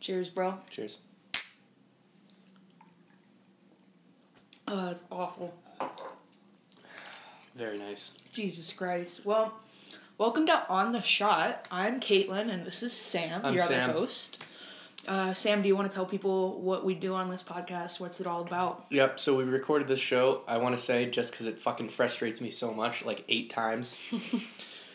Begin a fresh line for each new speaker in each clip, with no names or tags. Cheers, bro.
Cheers.
Oh, that's awful.
Very nice.
Jesus Christ. Well, welcome to On the Shot. I'm Caitlin, and this is Sam,
I'm
your
Sam.
other host. Uh, Sam, do you want to tell people what we do on this podcast? What's it all about?
Yep, so we recorded this show, I want to say, just because it fucking frustrates me so much, like eight times.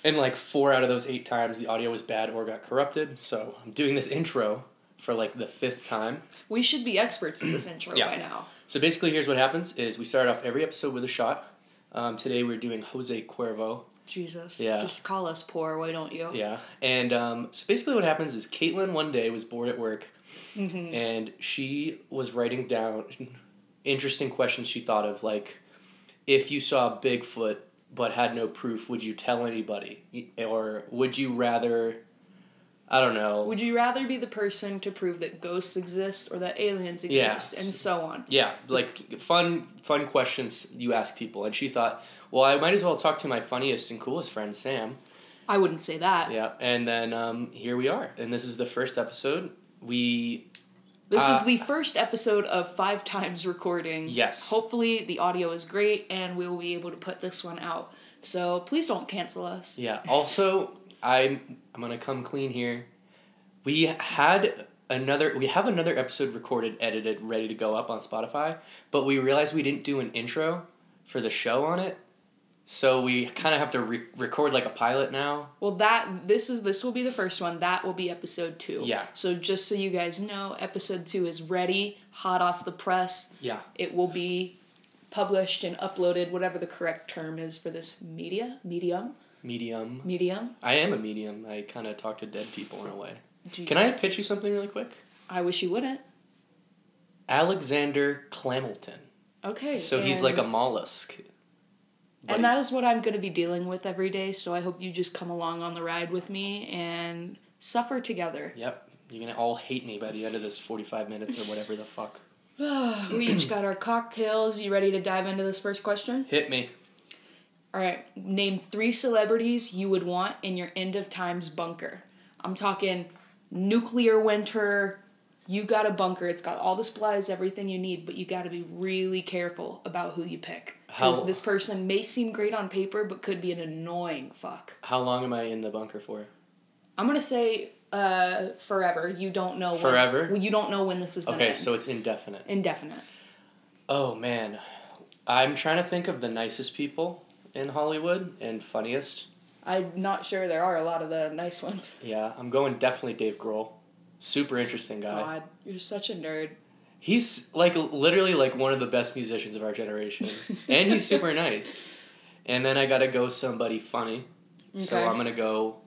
and like four out of those eight times, the audio was bad or got corrupted. So I'm doing this intro for like the fifth time.
We should be experts at this intro
Yeah.
by now.
So basically, here's what happens is we start off every episode with a shot. Um, today we're doing Jose Cuervo.
Jesus.
Yeah.
Just call us poor, why don't you?
Yeah. And um, so basically, what happens is Caitlin one day was bored at work and she was writing down interesting questions she thought of, like, if you saw Bigfoot but had no proof, would you tell anybody? Or would you rather, I don't know.
Would you rather be the person to prove that ghosts exist or that aliens
Yeah.
exist and so on?
yeah, like fun, fun questions you ask people. And she thought, well, I might as well talk to my funniest and coolest friend, Sam.
I wouldn't say that.
Yeah, and then um, here we are. And this is the first episode. We
This is
Uh,
the first episode of Five Times Recording.
Yes.
Hopefully, the audio is great and we will be able to put this one out. So please don't cancel us.
Yeah. Also, I'm I'm gonna come clean here. We had another. We have another episode recorded, edited, ready to go up on Spotify, but we realized we didn't do an intro for the show on it, so we kind of have to re- record like a pilot now.
Well, that this is this will be the first one. That will be episode two.
Yeah.
So just so you guys know, episode two is ready, hot off the press.
Yeah.
It will be published and uploaded, whatever the correct term is for this media, medium,
Medium.
medium.
I am a medium. I kind of talk to dead people in a way. Can I
Jesus.
pitch you something really quick?
I wish you wouldn't.
Alexander Clamilton.
Okay.
So he's like a
and-
mollusk. But
And that is what I'm going to be dealing with every day. So I hope you just come along on the ride with me and suffer together.
Yep. You're gonna all hate me by the end of this forty-five minutes or whatever the fuck.
we each got our cocktails. You ready to dive into this first question?
Hit me.
All right. Name three celebrities you would want in your end of times bunker. I'm talking nuclear winter. You got a bunker. It's got all the supplies, everything you need, but you got to be really careful about who you pick.
How-
Because this person may seem great on paper, but could be an annoying fuck.
How long am I in the bunker for?
I'm gonna say uh, forever. You don't know when,
Forever?
Well, you don't know when this is gonna
Okay,
end.
so it's indefinite.
indefinite.
Oh man, I'm trying to think of the nicest people in Hollywood and funniest.
I'm not sure there are a lot of the nice ones.
Yeah, I'm going definitely Dave Grohl. Super interesting guy.
God, you're such a nerd.
He's like literally like one of the best musicians of our generation, and he's super nice. And then I gotta go somebody funny, so
Okay.
I'm gonna go.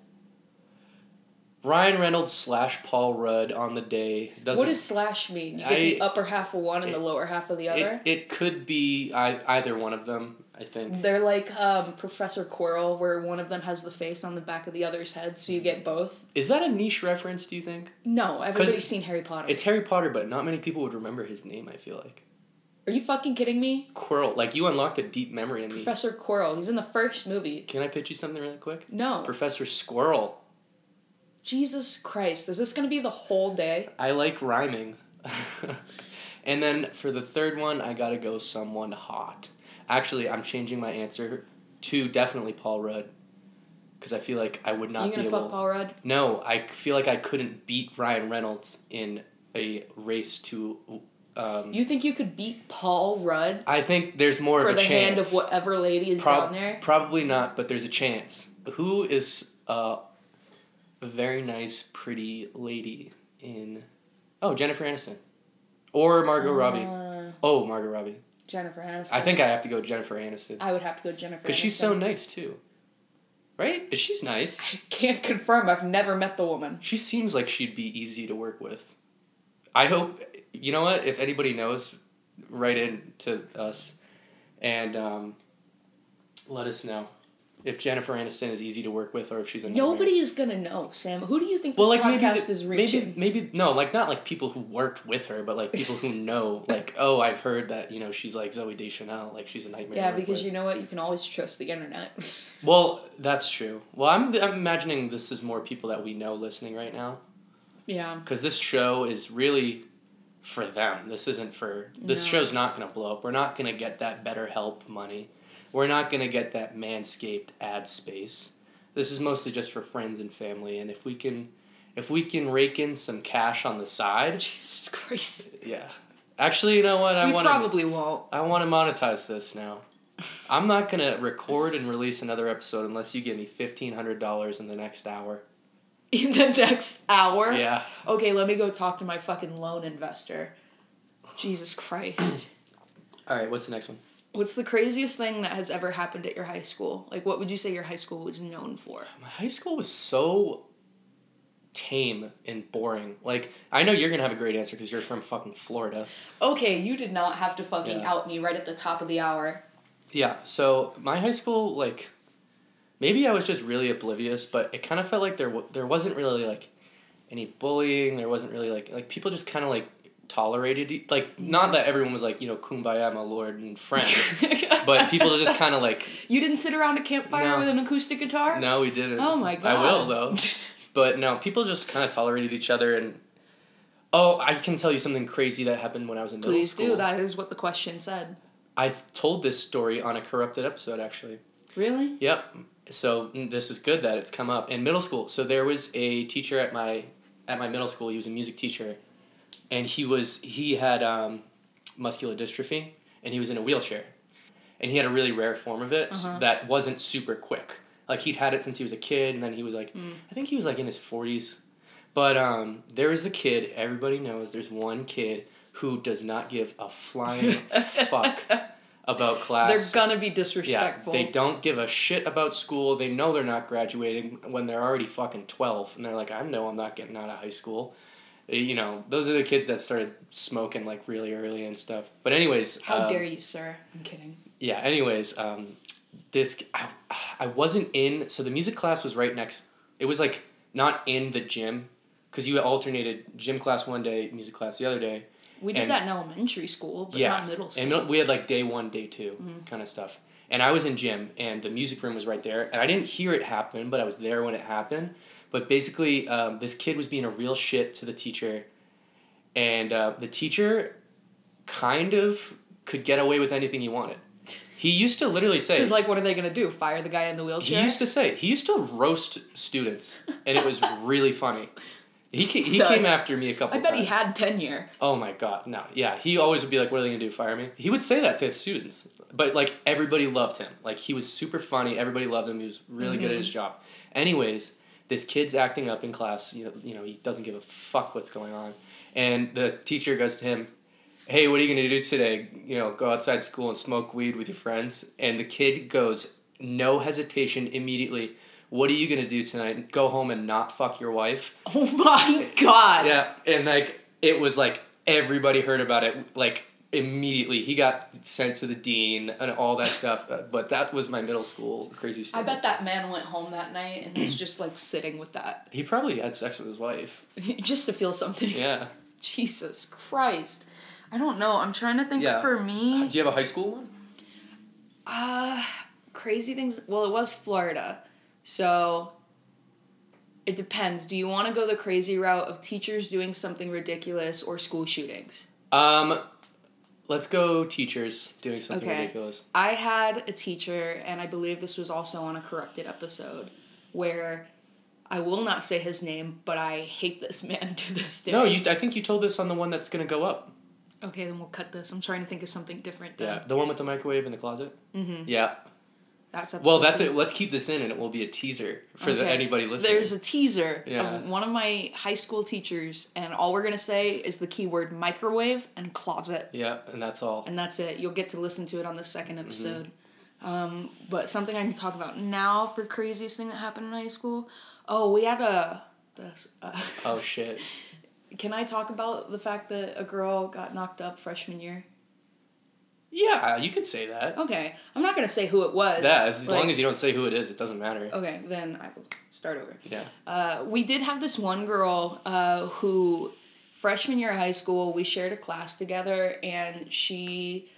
Ryan Reynolds slash Paul Rudd on the day doesn't
what does slash mean? You get the
I-
upper half of one and the lower half of the
it,
other.
it could be I, either one of them I think
They're like um, Professor Quirrell, where one of them has the face on the back of the other's head, so you get both.
Is that a niche reference, do you think?
No, everybody's
'Cause
seen Harry Potter.
It's Harry Potter, but not many people would remember his name, I feel like.
Are you fucking kidding me?
Quirrell, like you unlocked a deep memory in me.
Professor Quirrell. He's in the first movie.
Can I pitch you something really quick?
No.
Professor Squirrel.
Jesus Christ. Is this gonna be the whole day?
I like rhyming. and then for the third one, I gotta go someone hot. Actually, I'm changing my answer to definitely Paul Rudd. Because I feel like I would
Are
not
you
be
gonna
able
fuck Paul Rudd?
No, I feel like I couldn't beat Ryan Reynolds in a race to. Um,
You think you could beat Paul Rudd
I think there's more
for
of a
the
chance.
hand of whatever lady is
Prob-
down there?
Probably not, but there's a chance. Who is uh, a very nice, pretty lady in? Oh, Jennifer Aniston, or Margot Robbie.
Uh,
Oh, Margot Robbie.
Jennifer Aniston.
I think I have to go Jennifer Aniston
I would have to go Jennifer.
because
Because
she's so nice too, right? She's nice.
Can't confirm. I've never met the woman.
She seems like she'd be easy to work with. I hope you know what if anybody knows, write in to us, and um, let us know if Jennifer Aniston is easy to work with or if she's a nightmare.
Nobody is gonna know, Sam. Who do you think
Well,
this
like maybe
podcast
the-
is reaching?
maybe maybe no, like not like people who worked with her, but like people who know. Like oh, I've heard that you know she's like Zoe Deschanel, like she's a nightmare.
yeah,
to work
because
with.
you know what? You can always trust the internet.
Well, that's true. Well, I'm, I'm imagining this is more people that we know listening right now.
Yeah.
because this show is really for them. This isn't for this
No.
show's not gonna blow up. We're not gonna get that better help money. We're not gonna get that manscaped ad space. This is mostly just for friends and family. And if we can, if we can rake in some cash on the side,
Jesus Christ.
yeah. Actually, you know what? I
we
want to.
probably won't.
I want to monetize this now. I'm not gonna record and release another episode unless you give me fifteen hundred dollars in the next hour.
In the next hour.
Yeah.
Okay, let me go talk to my fucking loan investor. Jesus Christ.
All right. What's the next one?
What's the craziest thing that has ever happened at your high school? Like, what would you say your high school was known for?
My high school was so tame and boring. Like, I know you're gonna have a great answer because you're from fucking Florida.
Okay, you did not have to fucking
Yeah.
out me right at the top of the hour.
Yeah, so my high school, like, maybe I was just really oblivious, but it kind of felt like there w- there wasn't really like any bullying. There wasn't really like like people just kind of like tolerated e- like not that everyone was like you know kumbaya my lord and friends, but people just kind of like
You didn't sit around a campfire
No.
with an acoustic guitar?
no we didn't.
Oh my god.
I will though. But no, people just kind of tolerated each other and. Oh, I can tell you something crazy that happened when I was in middle
Please
school.
do. That is what the question said.
I told this story on a corrupted episode, actually.
Really?
Yep. So mm, this is good that it's come up in middle school. So there was a teacher at my at my middle school. He was a music teacher, and he was he had um, muscular dystrophy, and he was in a wheelchair, and he had a really rare form of it s-
Uh-huh.
that wasn't super quick. Like he'd had it since he was a kid, and then he was like,
Hmm.
I think he was like in his forties, but um, there is the kid everybody knows. There's one kid who does not give a flying fuck about
They're
class.
gonna be
Yeah,
disrespectful.
they don't give a shit about school. They know they're not graduating when they're already fucking 12. And they're like, I know I'm not getting out of high school. Uh, You know, those are the kids that started smoking like really early and stuff. But, anyways.
How
um,
dare you, sir? I'm kidding.
Yeah, anyways, um, this. I, I wasn't in. So the music class was right next. It was like not in the gym because you alternated gym class one day, music class the other day.
We did
And-
that in elementary school, but not middle school. Mm-hmm.
And mil- we had like day one, day 2 kind of stuff. And I was in gym, and the music room was right there. And I didn't hear it happen, but I was there when it happened. But basically, um, this kid was being a real shit to the teacher, and uh, the teacher kind of could get away with anything he wanted. He used to literally say,
Because like, what are they gonna do? Fire the guy in the wheelchair?
he used to say he used to roast students, and it was really funny. He, ca- he
Jesus.
came after me a couple.
I bet
times.
he had tenure.
Oh my god, no. Yeah, he always would be like, What are they gonna do? Fire me? He would say that to his students. But like everybody loved him. Like he was super funny, everybody loved him, he was really good at his job. Anyways, this kid's acting up in class, you know, you know, he doesn't give a fuck what's going on. And the teacher goes to him, Hey, what are you gonna do today? You know, go outside school and smoke weed with your friends. And the kid goes, no hesitation immediately, what are you gonna do tonight? Go home and not fuck your wife.
Oh my god.
Yeah, and like it was like everybody heard about it like immediately. He got sent to the dean and all that stuff. uh, But that was my middle school crazy
I
story.
bet that man went home that night and was just like sitting with that,
he probably had sex with his wife.
just to feel something.
Yeah.
Jesus Christ. I don't know. I'm trying to think
Yeah.
for me.
Do you have a high school one?
Uh, crazy things. Well, it was Florida, so it depends. Do you want to go the crazy route of teachers doing something ridiculous or school shootings?
Um, let's go teachers doing something
Okay.
ridiculous.
I had a teacher, and I believe this was also on a corrupted episode, where I will not say his name, but I hate this man to this day.
No, you. I think you told this on the one that's gonna go up.
Okay, then we'll cut this. I'm trying to think of something different. Then.
Yeah, the one with the microwave in the closet. Mm-hmm. Yeah.
That's episode
Well, that's
two.
it. Let's keep this in, and it will be a teaser for the,
Okay.
anybody listening.
There's a teaser
Yeah.
of one of my high school teachers, and all we're gonna say is the keyword microwave and closet,
yeah, and that's all.
and that's it. You'll get to listen to it on the second
Mm-hmm.
episode. Um, but something I can talk about now for craziest thing that happened in high school. Oh, we had a. This, uh,
Oh shit.
can I talk about the fact that a girl got knocked up freshman year?
Yeah, you could say that.
Okay, I'm not gonna say who it was.
Yeah, as
like- Oh.
long as you don't say who it is, it doesn't matter.
Okay, then I will start over.
Yeah.
Uh, we did have this one girl uh, who freshman year of high school we shared a class together and she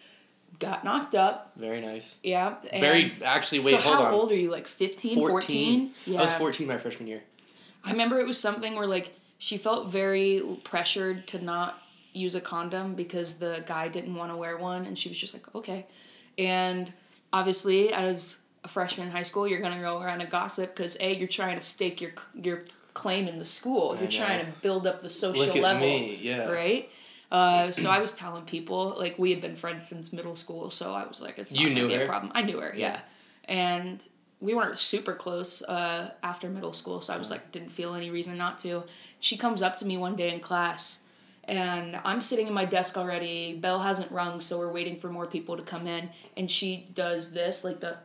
got knocked up
Very nice.
yeah and
Very actually wait,
so
hold
how
on.
old are you like 15 14,
14.
yeah
I was 14 my freshman year.
I remember it was something where like She felt very pressured to not use a condom because the guy didn't want to wear one, and she was just like, okay. And obviously, as a freshman in high school, you're gonna go around and gossip because a you're trying to stake your your claim in the school. You're
know.
trying to build up the social
Look at
level,
me, yeah.
right? Uh, so I was telling people like we had been friends since middle school, so I was like, it's not
You
gonna
knew
be a
her?
problem. Um, I knew her, yeah. and we weren't super close uh, after middle school, so I was like, didn't feel any reason not to. She comes up to me one day in class, and I'm sitting in my desk already. Bell hasn't rung, so we're waiting for more people to come in, and she does this like the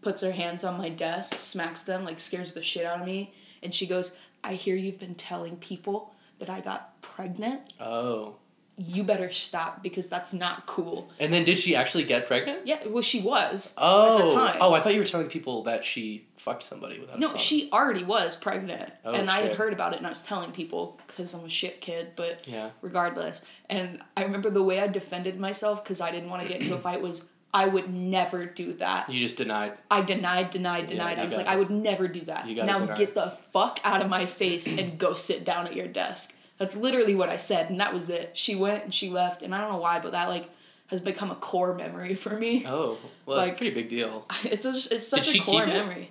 puts her hands on my desk, smacks them, like scares the shit out of me, and she goes, "I hear you've been telling people that I got pregnant.
Oh.
You better stop because that's not cool."
And then did she actually get pregnant?
Yeah, well, she was.
Oh.
At the time.
Oh, I thought you were telling people that she fucked somebody without. a
No,
condom.
she already was pregnant,
Oh,
and I had
shit.
heard about it, and I was telling people because I'm a shit kid. But
Yeah.
regardless, and I remember the way I defended myself because I didn't want to get into a fight was I would never do that.
You just denied.
I denied, denied, denied.
you
I was like,
got it.
I would never do that.
You gotta
Now
deny.
get the fuck out of my face and go sit down at your desk. That's literally what I said, and that was it. She went and she left, and I don't know why, but that like has become a core memory for me.
Oh, well, that's
Like-
a pretty big deal.
It's a, it's such
Did she
a core
keep it?
memory.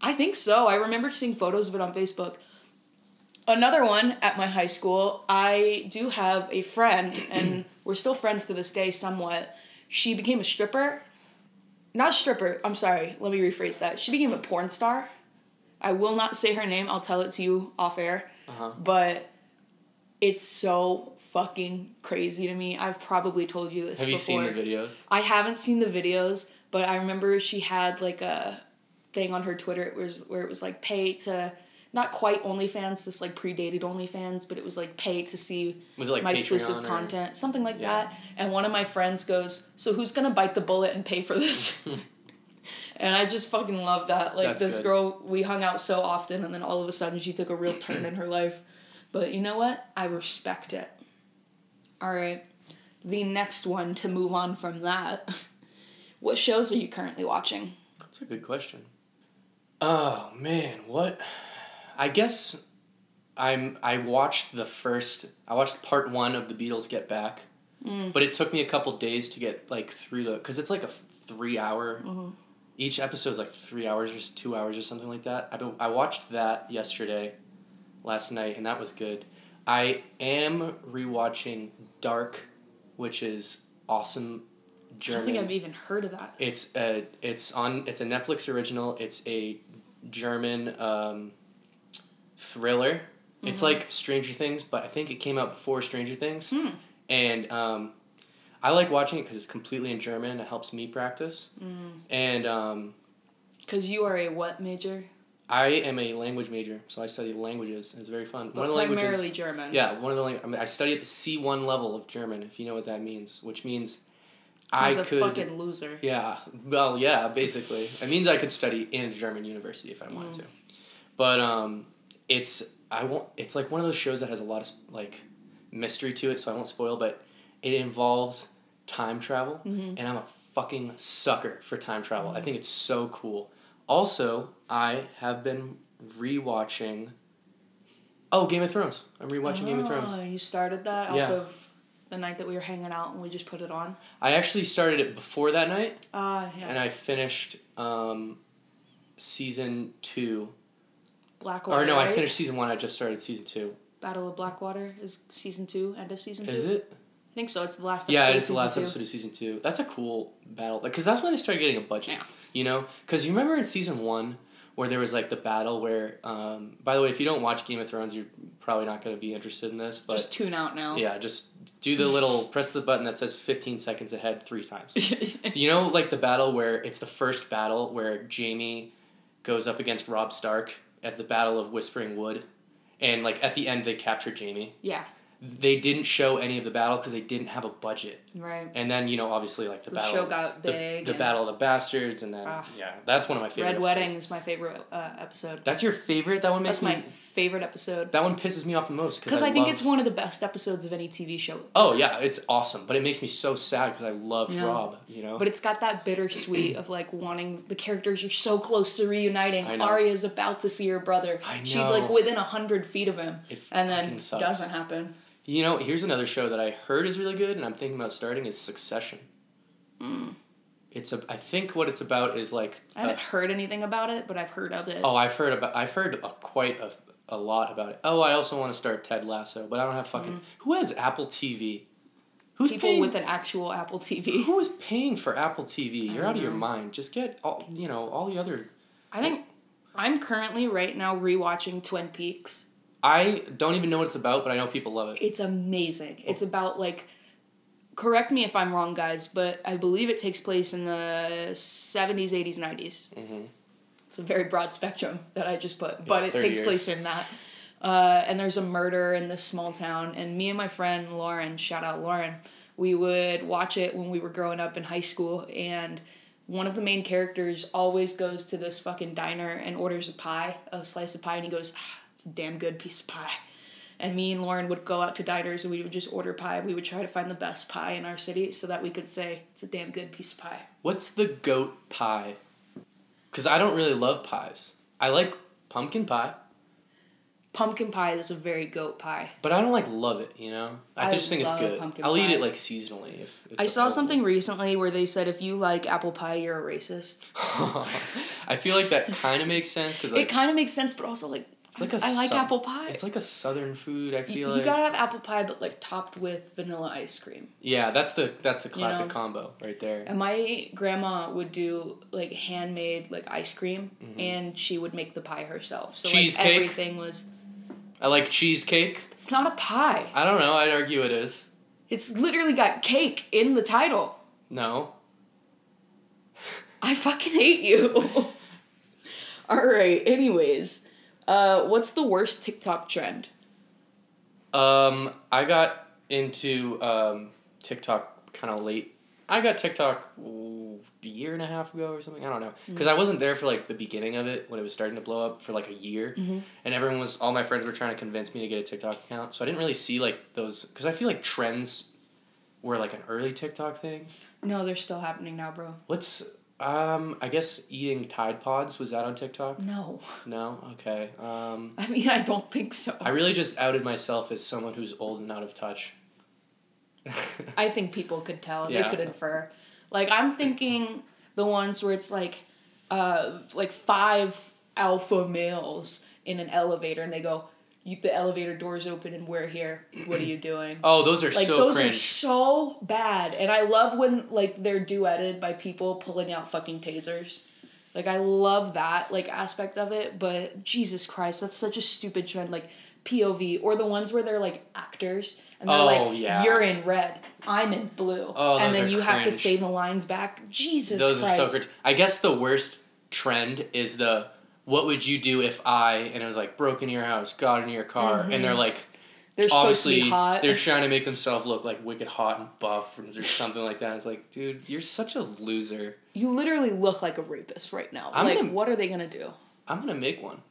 I think so. I remember seeing photos of it on Facebook. Another one at my high school. I do have a friend, and we're still friends to this day, somewhat. She became a stripper. Not a stripper. I'm sorry. Let me rephrase that. She became a porn star. I will not say her name. I'll tell it to you off air.
Uh-huh.
But it's so fucking crazy to me. I've probably told you this.
Have you
before.
seen the videos?
I haven't seen the videos, but I remember she had like a thing on her Twitter. It was where it was like pay to not quite OnlyFans, this like predated OnlyFans, but it was like pay to see
Was it like
my
Patreon
exclusive
or-
content, something like
Yeah.
that. And one of my friends goes, "So who's gonna bite the bullet and pay for this?" and I just fucking love that. Like
That's
this
good.
girl, we hung out so often, and then all of a sudden she took a real turn in her life. But you know what? I respect it. All right. The next one to move on from that. What shows are you currently watching?
That's a good question. Oh man, what? I guess I'm. I watched the first. I watched part one of the Beatles Get Back,
Mm.
but it took me a couple days to get like through the because it's like a three hour.
Mm-hmm.
Each episode is like three hours or s- two hours or something like that. I been, I watched that yesterday, last night, and that was good. I am rewatching Dark, which is awesome.
I
German
don't think I've even heard of that.
it's a it's on it's a Netflix original. It's a German um, thriller. It's
Mm-hmm.
like Stranger Things, but I think it came out before Stranger Things.
Hmm.
And um, I like watching it because it's completely in German. It helps me practice.
Mm.
And um,
Because you are a what major?
I am a language major, so I study languages. and It's very fun.
But primarily German.
Yeah, one of the lang- I, mean, I study at the C one level of German, if you know what that means, which means I
He's a
could
fucking loser.
yeah. Well, yeah, basically. It means I could study in a German university if I wanted to. But um it's I won't it's like one of those shows that has a lot of sp- like mystery to it, so I won't spoil, but it involves time travel
Mm-hmm.
and I'm a fucking sucker for time travel. I think it's so cool. Also, I have been rewatching Oh, Game of Thrones. I'm rewatching Game of Thrones.
Oh, you started that off
Yeah.
of the night that we were hanging out and we just put it on.
I actually started it before that night
Ah, yeah.
and I finished um, season two.
Blackwater.
Or no, I
right?
finished season one. I just started season two.
Battle of Blackwater is season two, end of season two.
Is it?
I think so. It's the last.
Yeah,
episode of
it's the
season
last
two.
episode of season two. That's a cool battle because that's when they started getting a budget.
Yeah.
You know, because you remember in season one where there was like the battle where, um, by the way, if you don't watch Game of Thrones, you're probably not going to be interested in this. But
Just tune out now.
yeah, just do the little press the button that says fifteen seconds ahead three times. you know, like the battle where it's the first battle where Jamie goes up against Rob Stark at the Battle of Whispering Wood, and like at the end they capture Jamie.
yeah.
they didn't show any of the battle because they didn't have a budget.
Right.
And then you know, obviously, like the,
The
battle,
show got
the,
big
the
and-
Battle of the Bastards, and then
Ah.
yeah, that's one of my favorite.
Red
episodes.
Wedding is my favorite uh, episode.
That's your favorite. That one makes
That's my
me.
favorite episode.
That one pisses me off the most
Because I, think
love-
it's one of the best episodes of any TV show.
Oh yeah, it's awesome, but it makes me so sad because I loved
Yeah.
Rob. You know.
But it's got that bittersweet of like wanting the characters are so close to reuniting.
I know.
Arya's about to see her brother.
I
She's like
know.
within a hundred feet of him,
It
and then
fucking sucks.
doesn't happen.
you know, here's another show that I heard is really good, and I'm thinking about starting is Succession. It's a. I think what it's about is like.
Hmm. I
uh,
haven't heard anything about it, but I've heard of it.
Oh, I've heard about. I've heard a, quite a, a lot about it. Oh, I also want to start Ted Lasso, but I don't have fucking. Who has Apple TV? Who's
Hmm. People
paying,
with an actual Apple TV.
Who is paying for Apple TV? You're out of your mind. Just get all you know all the other.
I think I'm currently right now rewatching Twin Peaks.
I don't even know what it's about, but I know people love it.
It's amazing.
Oh.
It's about like correct me if I'm wrong guys, but I believe it takes place in the 70s, 80s, 90s. It's a very broad spectrum that I just put, but it
30
takes
years.
place in that. Uh, and there's a murder in this small town, and me and my friend Lauren, shout out Lauren, we would watch it when we were growing up in high school, and one of the main characters always goes to this fucking diner and orders a pie, a slice of pie, and he goes, ah, "It's a damn good piece of pie." And me and Lauren would go out to diners and we would just order pie. We would try to find the best pie in our city so that we could say it's a damn good piece of pie.
What's the goat pie? Because I don't really love pies. I like pumpkin pie,
Pumpkin pie is a very goat pie.
but I don't like love it. You know, I,
I
just think it's
love
good.
pumpkin
I'll eat
pie.
it like seasonally if. It's
I saw
available.
something recently where they said if you like apple pie, you're a racist.
I feel like that kind of makes sense because
it kind of makes sense, but also like,
It's like a
I like
sou-
apple pie.
It's like a southern food. I
Y-
feel
you,
like
gotta have apple pie, but like topped with vanilla ice cream.
yeah. That's the that's the classic
know?
combo right there.
And my grandma would do like handmade like ice cream, and she would make the pie herself. So
Mm-hmm. Cheesecake?
like everything was.
I like cheesecake.
It's not a pie.
I don't know. I'd argue it is
It's literally got cake in the title.
no.
I fucking hate you. All right. Anyways, uh, what's the worst TikTok trend?
Um, I got into um, TikTok kind of late. I got TikTok ooh, a year and a half ago or something. I don't know
Mm-hmm.
because I wasn't there for like the beginning of it when it was starting to blow up for like a year,
Mm-hmm.
and everyone was all my friends were trying to convince me to get a TikTok account. So I didn't really see like those because I feel like trends were like an early TikTok thing.
No, they're still happening now, bro.
What's um I guess eating Tide Pods was that on TikTok?
No,
No? Okay. Um
I mean I don't think so.
I really just outed myself as someone who's old and out of touch.
I think people could tell. They
Yeah.
could infer. Like I'm thinking the ones where it's like, uh, like five alpha males in an elevator, and they go, you, "The elevator doors open, and we're here. What are you doing?"
Oh, those are
Like
so
those are
cringe.
so bad, and I love when like they're duetted by people pulling out fucking tasers. Like I love that like aspect of it, but Jesus Christ, that's such a stupid trend. Like POV or the ones where they're like actors and they're
Oh,
like,
yeah.
"You're in red, I'm in blue,"
Oh,
and
those
then
are
you have to
cringe.
say the lines back. Jesus
those
Christ,
are so cringe. I guess the worst trend is the what would you do if I and it was like broke into your house, got into your car, and they're like
Mm-hmm. they're supposed to
obviously
be hot.
they're trying to make themselves look like wicked hot and buff or something like that. It's like, dude, you're such a loser.
you literally look like a rapist right now.
I'm
like,
gonna-
what are they gonna do?
I'm gonna make one.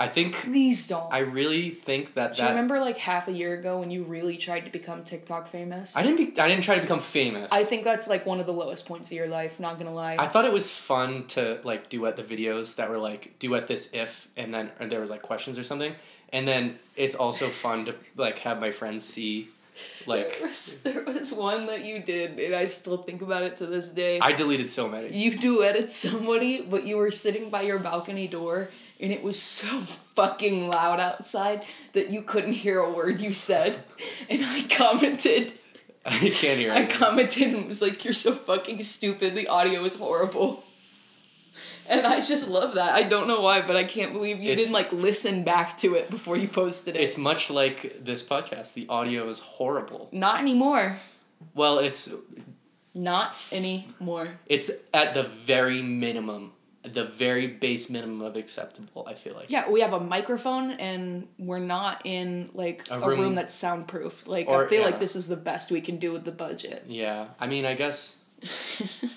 I think
Please don't.
I really think that
Do you
that
remember like half a year ago when you really tried to become TikTok famous?
I didn't. Be, I didn't try to become famous.
I think that's like one of the lowest points of your life, not gonna lie.
I thought it was fun to like duet the videos that were like duet this if and then or there was like questions or something, and then it's also fun to like have my friends see, like
there, was, there was one that you did, and I still think about it to this day.
I deleted so many.
you duetted somebody, but you were sitting by your balcony door, and it was so fucking loud outside that you couldn't hear a word you said. And I commented,
I can't hear.
I
anything.
commented and was like, You're so fucking stupid, the audio is horrible. And I just love that. I don't know why, but I can't believe you
It's-
didn't like listen back to it before you posted it.
It's much like this podcast. The audio is horrible.
not anymore.
Well, it's
Not anymore.
it's at the very minimum the very base minimum of acceptable. I feel like.
Yeah, we have a microphone and we're not in like
A
a,
room-
room, that's soundproof. Like
Or-
I feel
yeah.
like this is the best we can do with the budget.
Yeah, I mean, I guess.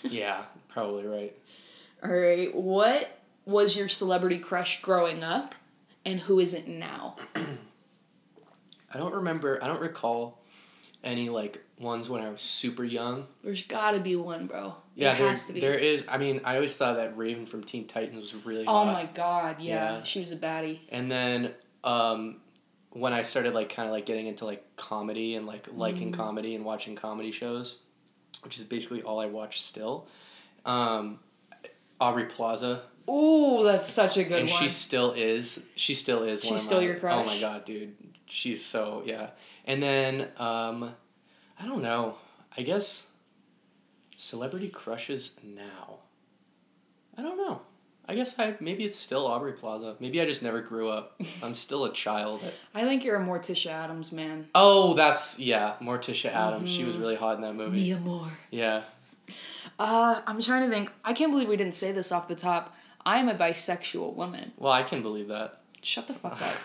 yeah, probably right.
All right, what was your celebrity crush growing up and who is it now?
I don't remember. I don't recall any like ones when I was super young.
There's got to be one, bro.
Yeah,
there
there,
has to be.
there is. I mean, I always thought that Raven from Teen Titans was really.
Oh
hot.
my god, yeah.
Yeah.
She was a baddie.
And then um, when I started like kind of like getting into like comedy and like liking
Mm.
comedy and watching comedy shows, which is basically all I watch still. Um, Aubrey Plaza,
Ooh, that's such a good
and
one.
she still is. She still is. one
She's
of
still
my-
your
Oh my
crush?
god, dude, she's so yeah. And then um, I don't know. I guess celebrity crushes now. I don't know. I guess I maybe it's still Aubrey Plaza. Maybe I just never grew up. I'm still a child.
I think you're a Morticia Adams man.
Oh, that's yeah, Morticia Adams. She
Mm-hmm.
was really hot in that movie.
Mia Moore.
Yeah.
Uh, I'm trying to think. I can't believe we didn't say this off the top. I am a bisexual woman.
Well, I can believe that.
Shut the fuck up.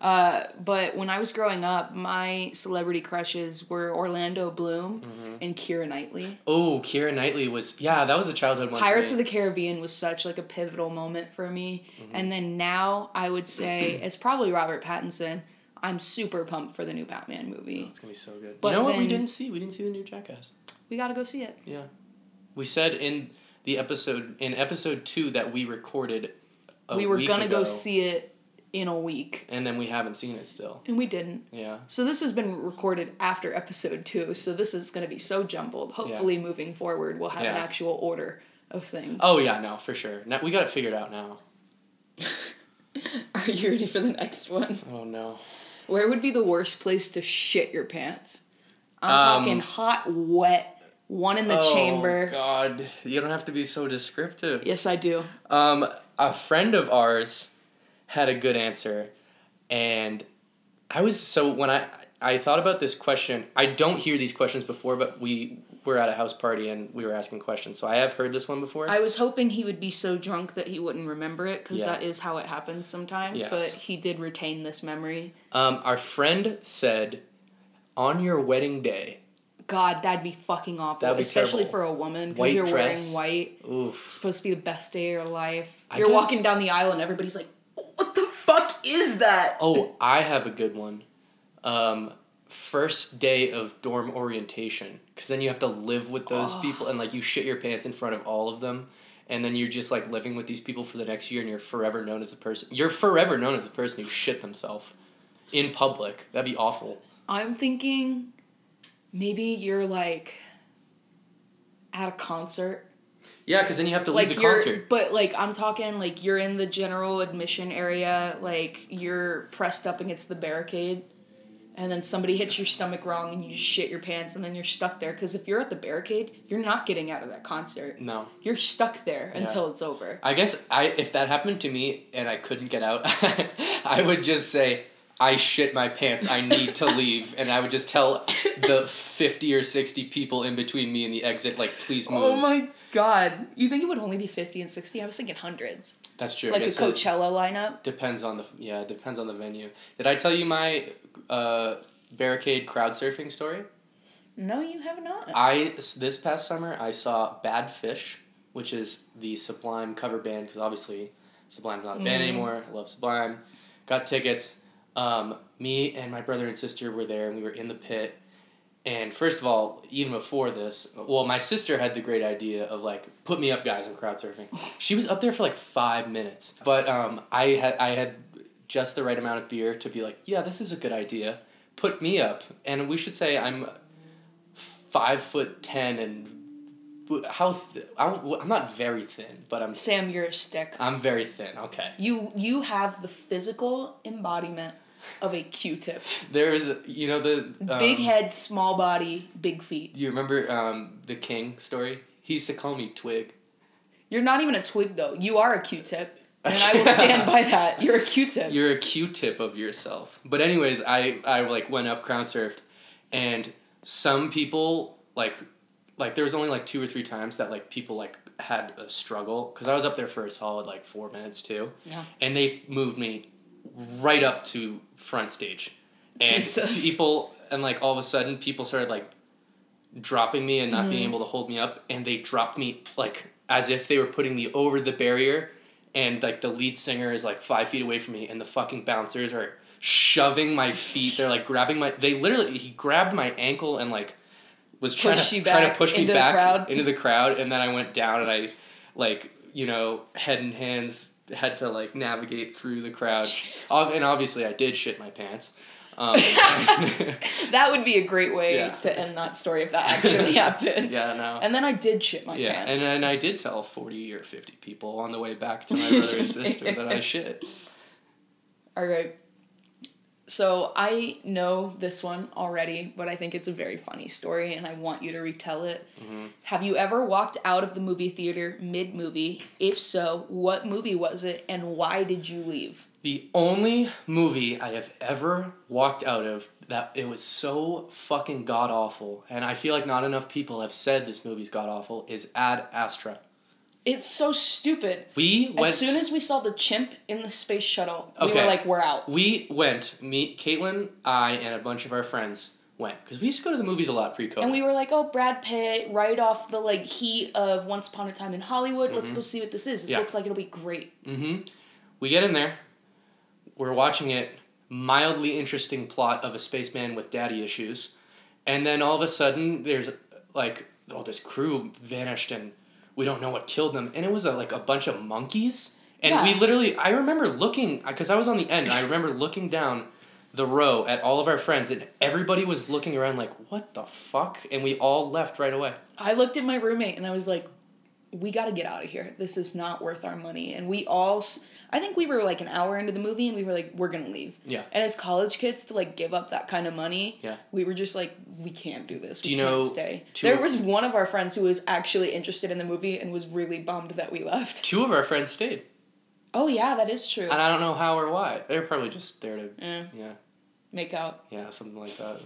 Uh, but when I was growing up, my celebrity crushes were Orlando Bloom
Mm-hmm.
and Kira Knightley.
Oh, Kira Knightley was yeah. That was a childhood one. for
Pirates
me.
of the Caribbean was such like a pivotal moment for me.
Mm-hmm.
And then now I would say it's probably Robert Pattinson. I'm super pumped for the new Batman movie.
It's gonna be so good.
But
you know what we
then-
didn't see? We didn't see the new Jackass.
We gotta go see it.
Yeah. We said in the episode in episode two that we recorded. A
we were
week
gonna
ago,
go see it in a week,
And then we haven't seen it still.
and we didn't.
Yeah.
So this has been recorded after episode two, so this is gonna be so jumbled. Hopefully, moving forward, we'll have an
Yeah.
actual order of things.
Oh yeah, no, for sure. Now, we got it figured out now.
Are you ready for the next one?
Oh no.
Where would be the worst place to shit your pants? I'm
Um,
talking hot, wet, one in the
oh,
chamber.
God, you don't have to be so descriptive.
Yes, I do.
Um, a friend of ours had a good answer, and I was so when I I thought about this question. I don't hear these questions before, but we were at a house party and we were asking questions, so I have heard this one before.
I was hoping he would be so drunk that he wouldn't remember it, because
Yeah.
that is how it happens sometimes.
Yes.
But he did retain this memory.
um, our friend said, "On your wedding day,
God, that'd be fucking awful,
That'd be
especially
terrible.
for a woman
White
because you're
dress.
wearing white.
oof,
It's supposed to be the best day of your life.
I
You're
guess-
walking down the aisle and everybody's like, "What the fuck is that?"
oh, I have a good one." Um, first day of dorm orientation, because then you have to live with those people and like you shit your pants in front of all of them. And then you're just like living with these people for the next year, and you're forever known as the person. You're forever known as the person who shit themselves in public. That'd be awful.
I'm thinking, maybe you're like at a concert.
Yeah, because then you have to leave
Like
the
you're,
concert.
but like I'm talking like you're in the general admission area, like you're pressed up against the barricade, and then somebody hits your stomach wrong and you just shit your pants, and then you're stuck there. Because if you're at the barricade, you're not getting out of that concert.
No,
You're stuck there until it's over.
I guess I if that happened to me and I couldn't get out, I would just say I shit my pants. I need to leave, and I would just tell the fifty or sixty people in between me and the exit, like, please move.
Oh my god. You think it would only be 50 and 60? I was thinking hundreds.
That's true. I
Like a
guess it
Coachella lineup.
Depends on the yeah. it Depends on the venue. Did I tell you my uh, barricade crowd surfing story?
No, you have not.
I this past summer I saw Bad Fish, which is the Sublime cover band because obviously Sublime's not a
Mm.
band anymore. I love Sublime. Got tickets. Um, me and my brother and sister were there, and we were in the pit. And first of all, even before this, well, my sister had the great idea of like, put me up, guys, I'm crowd surfing. She was up there for like five minutes, but um, I had I had just the right amount of beer to be like, yeah, this is a good idea. Put me up, and we should say I'm five foot ten and w- how th- I don't- w- I'm not very thin, but I'm
Sam, you're a stick.
I'm very thin. Okay,
You you have the physical embodiment of a Q-tip.
there is you know the um,
big head, small body, big feet.
You remember um, the King story? He used to call me Twig.
You're not even a twig though. You are a Q-tip. And I will stand by that. You're a Q-tip.
You're a Q-tip of yourself. But anyways, I I like went up crowd surfed, and some people like like there was only like two or three times that like people like had a struggle because I was up there for a solid like four minutes too,
Yeah.
and they moved me right up to front stage, and
Jesus.
people and like all of a sudden people started like dropping me and not
Mm-hmm.
being able to hold me up, and they dropped me like as if they were putting me over the barrier, and like the lead singer is like five feet away from me, and the fucking bouncers are shoving my feet. They're like grabbing my. They literally he grabbed my ankle and like was trying
Pushed
to,
you
trying to
back
push me
into the
back
crowd.
into the crowd and then I went down and I like you know head and hands had to like navigate through the crowd
Jesus.
Ob- and obviously I did shit my pants um,
That would be a great way
Yeah.
to end that story if that actually happened.
yeah no
And then I did shit my
yeah and
pants.
then I did tell 40 or 50 people on the way back to my brother and sister that I shit
All right. So I know this one already, but I think it's a very funny story and I want you to retell it.
Mm-hmm.
Have you ever walked out of the movie theater mid movie? If so, what movie was it and why did you leave?
The only movie I have ever walked out of that it was so fucking god awful, and I feel like not enough people have said this movie's god awful, is Ad Astra.
It's so stupid.
We went.
As soon as we saw the chimp in the space shuttle, we
Okay.
were like, we're out.
we went, me, Caitlin, I, and a bunch of our friends went because we used to go to the movies a lot pre-COVID.
And we were like, oh, Brad Pitt, right off the like heat of Once Upon a Time in Hollywood. Let's go see what this is. This
Mm-hmm. Yeah.
looks like it'll be great.
Mm-hmm. We get in there. We're watching it. Mildly interesting plot of a spaceman with daddy issues. And then all of a sudden, there's like, oh, this crew vanished and we don't know what killed them. And it was a, like a bunch of monkeys. And we
Yeah.
literally, I remember looking, because I was on the end, and I remember looking down the row at all of our friends, and everybody was looking around like, what the fuck? And we all left right away.
I looked at my roommate and I was like, we got to get out of here. This is not worth our money. And we all, s- I think we were like an hour into the movie and we were like, we're going to leave.
Yeah.
And as college kids, to like give up that kind of money,
Yeah.
we were just like, we can't do this. We
Do you
can't
know
stay.
two-
There was one of our friends who was actually interested in the movie and was really bummed that we left.
Two of our friends stayed.
Oh, yeah, that is true.
And I don't know how or why. They're probably just there to,
Eh,
yeah.
make out.
Yeah, something like that.